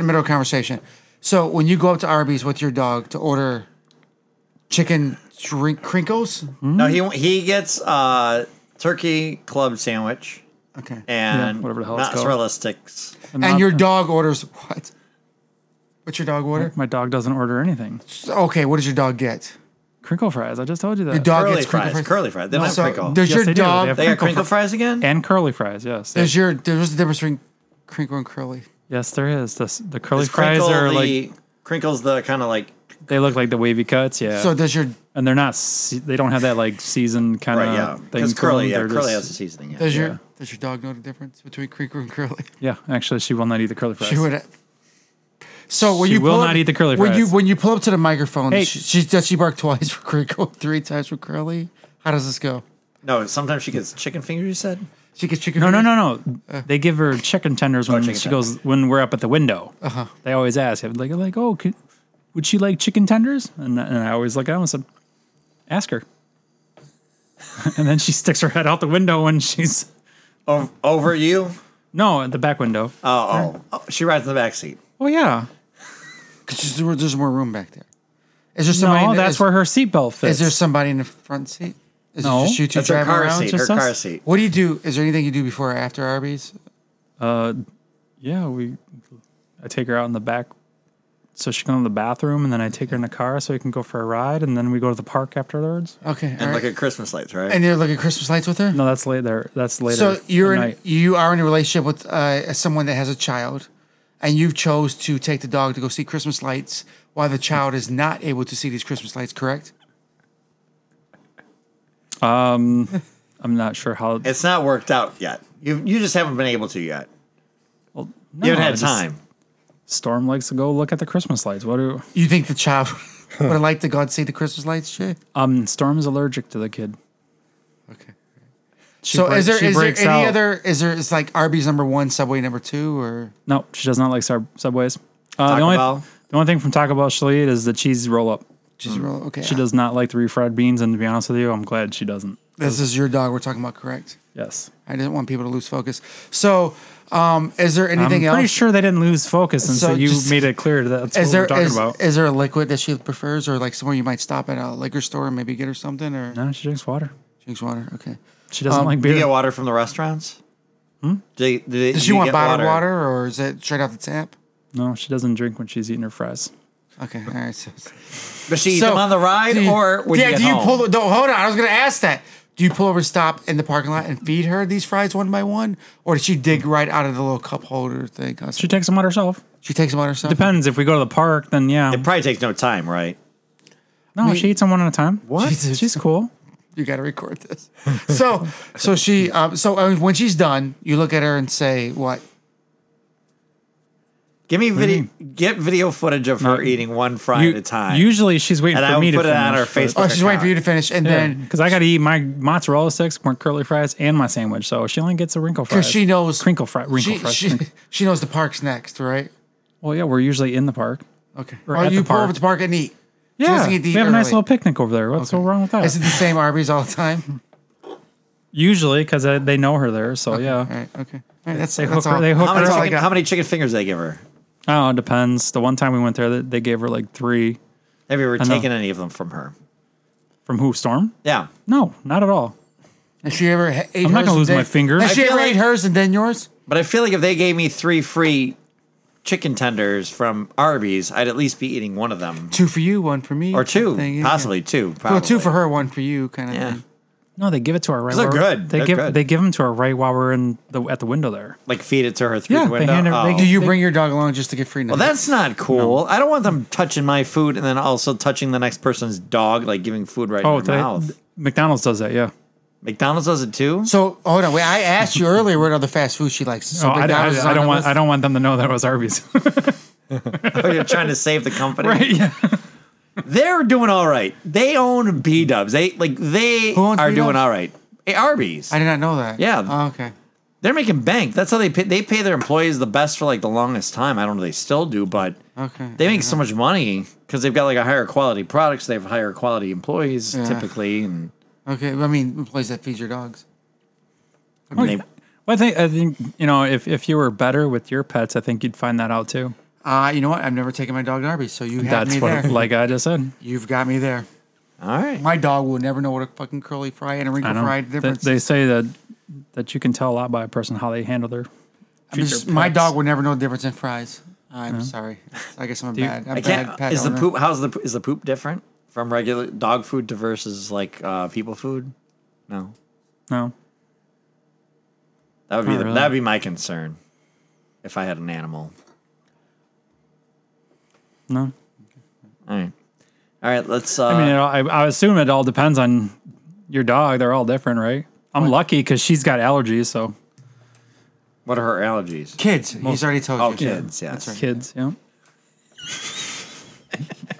in the middle of conversation. So when you go up to Arby's with your dog to order chicken shrink- crinkles, No, Mm-hmm. he he gets uh turkey club sandwich okay, and, and Yeah, whatever the hell it's mozzarella sticks. not- your dog orders what? What's your dog order? my dog doesn't order anything. Okay, what does your dog get? Crinkle fries. I just told you that. Your dog Curly gets crinkle fries. fries, curly fries. They don't So have crinkle. does Yes, your they do. They dog? have- They got crinkle crinkle fr- fries again. and curly fries. Yes. They- Does your there's a difference between crinkle and curly. yes, there is. The, the curly Is fries crinkle are like the, crinkles the kind of like they look like the wavy cuts. Yeah. So does your and they're not. Se- they don't have that like seasoned kind of right yeah thing. because to curly them. yeah They're curly just- has a seasoning. Yeah. does your does your dog know the difference between crinkle and curly? Yeah, actually, she will not eat the curly fries. She would. So when She you will pull not up, eat the curly when you fries. when you pull up to the microphone, Hey. she, she does she bark twice for crinkle, three times for curly. How does this go? No, sometimes she gets chicken fingers. You said She gets chicken. No, no, no, Uh. no. They give her chicken Oh, tenders when chicken she goes when we're up at the window. Uh-huh. They always ask, like, like, oh, could, would she like chicken tenders? And, and I always look at them and said, ask her. and then she sticks her head out the window when she's over, over you. no at the back window. Uh, Oh, oh, oh, she rides in the back seat. oh yeah, Because there's, there's more room back there. Is there somebody? no, in the- that's is- where her seatbelt fits. Is there somebody in the front seat? Is No. it just you two That's her driving car around? seat. Her just us? car seat. What do you do? Is there anything you do before or after Arby's? yeah, we. I take her out in the back, so she can go in the bathroom, and then I take her in the car so we can go for a ride, and then we go to the park afterwards. Okay, all And right. look at Christmas lights, right? and you're looking at Christmas lights with her. No, that's later. That's later. so you're in tonight. you are in a relationship with uh, someone that has a child, and you've chose to take the dog to go see Christmas lights while the child is not able to see these Christmas lights. Correct? I'm not sure how. it's not worked out yet. You you just haven't been able to yet. No, you haven't I had just- time. Storm likes to go look at the Christmas lights. What do? You think the child would have liked to go and see the Christmas lights? Shit. Um, Storm is allergic to the kid. Okay. She So break- is there she is there breaks any out. other is there is like Arby's number one, Subway number two, or No, she does not like sub- subways. Uh, Taco the only Bell? the only thing from Taco Bell she'll eat is the cheese roll up. just roll? Okay, Mm. She does not like the refried beans, and to be honest with you, I'm glad she doesn't. This is your dog we're talking about, correct? Yes, I didn't want people to lose focus. So, um, is there I'm anything pretty else? sure they didn't lose focus, and so, So you just- made it clear that that's is what we're there talking is, about. is there a liquid that she prefers, or like somewhere you might stop at a liquor store and maybe get her something, or no, she drinks water. drinks water? Okay. She doesn't Um, like Do you beer. get water from the restaurants? Hmm? Do you, do you- Does do she you want get bottled water. or is it straight out the tap? no, she doesn't drink when she's eating her fries. Okay, all right. So, Does she eat so them on the ride do you- or when yeah? you get do you home? pull? No, hold on. I was going to ask that. Do you pull over, stop in the parking lot, and feed her these fries one by one, or does she dig right out of the little cup holder thing? She takes them out herself. She takes them on herself. Depends. If we go to the park, then yeah. It probably takes no time, right? No, she eats them one at a time. What? Jesus. She's cool. you got to record this. So, so she, um, so uh, when she's done, you look at her and say, "What?" Give me video. Get video footage of her eating one fry You- at a time. Usually she's waiting And for I me would to put it on finish, our but- Facebook. Oh, she's waiting for you to finish, and then because I got to eat my mozzarella sticks, more curly fries, and my sandwich. So she only gets a wrinkle fry. because she knows crinkle fry, wrinkle she, fries. she, she knows the park's next, right? well, yeah, we're usually in the park. Okay. Or Or, at you the pull park. over to the park and eat. She Yeah, doesn't get we have to eat a nice early. little picnic over there. What's so wrong with that? Is it the same Arby's all the time? usually because they know her there. So All yeah, right. Okay. All right, that's They that's hook her- all. they hook How her many, that's all I chicken, got. how many chicken fingers they give her? oh, it depends. The one time we went there, they- they gave her like three Have you ever know. taken any of them from her? from who? Storm? Yeah. No, not at all. Has she ever ha- ate? I'm not hers gonna and lose then- my finger. Has I she feel ever like- ate hers and then yours? But I feel like if they gave me three free chicken tenders from Arby's, I'd at least be eating one of them. Two for you, one for me, Or two. something, yeah. Possibly two. Probably. Well, two for her, one for you, kind of Yeah. thing. No, they give it to her right. Those are while we're- good. They They're give good. they give them to her right while we're in the at the window there. Like feed it to her through Yeah, the they window. hand her- they Oh. Do you bring your dog along just to get free? well, that's not cool. I don't want them touching my food and then also touching the next person's dog, like giving food right Oh, in their they, mouth. McDonald's does that. Yeah. McDonald's does it too. So hold on, wait. I asked you earlier what other fast food she likes. So Oh, I, I- McDonald's is I on don't the want list? I don't want them to know that it was Arby's. Oh, you're trying to save the company. right? Yeah. They're doing all right. They own B Dubs. They like they Who owns are doing B-dubs? all right. Eh, Arby's. I did not know that. Yeah. Oh, okay. They're making bank. That's how they pay. They pay their employees the best for like the longest time. I don't know. if They still do, but Okay. they make so much money because they've got like a higher quality product. So they have higher quality employees typically, and Okay. I mean, place that feeds your dogs. I Oh, mean, they, Well, I think I think you know if if you were better with your pets, I think you'd find that out too. Uh, you know what? I've never taken my dog to Arby's, so you have That's me what, there. like I just said. You've got me there. All right. My dog will never know what a fucking curly fry and a I wrinkle know. fry They- difference. They, say that that you can tell a lot by a person how they handle their. I'm just- treat their my pets. dog will never know the difference in fries. I'm sorry. I guess I'm a you- bad. I'm I a can't. bad pet Is the owner. poop? How's the is the poop different from regular dog food to versus like uh, people food? No, No, that would be Not the, really. that would be my concern if I had an animal. no. All right, all right. Let's. Uh, I mean, it all, I, I assume it all depends on your dog. They're all different, right? I'm lucky because she's got allergies, so what are her allergies? Kids. He's already told Oh, you. kids. Yes. That's right. kids, yeah.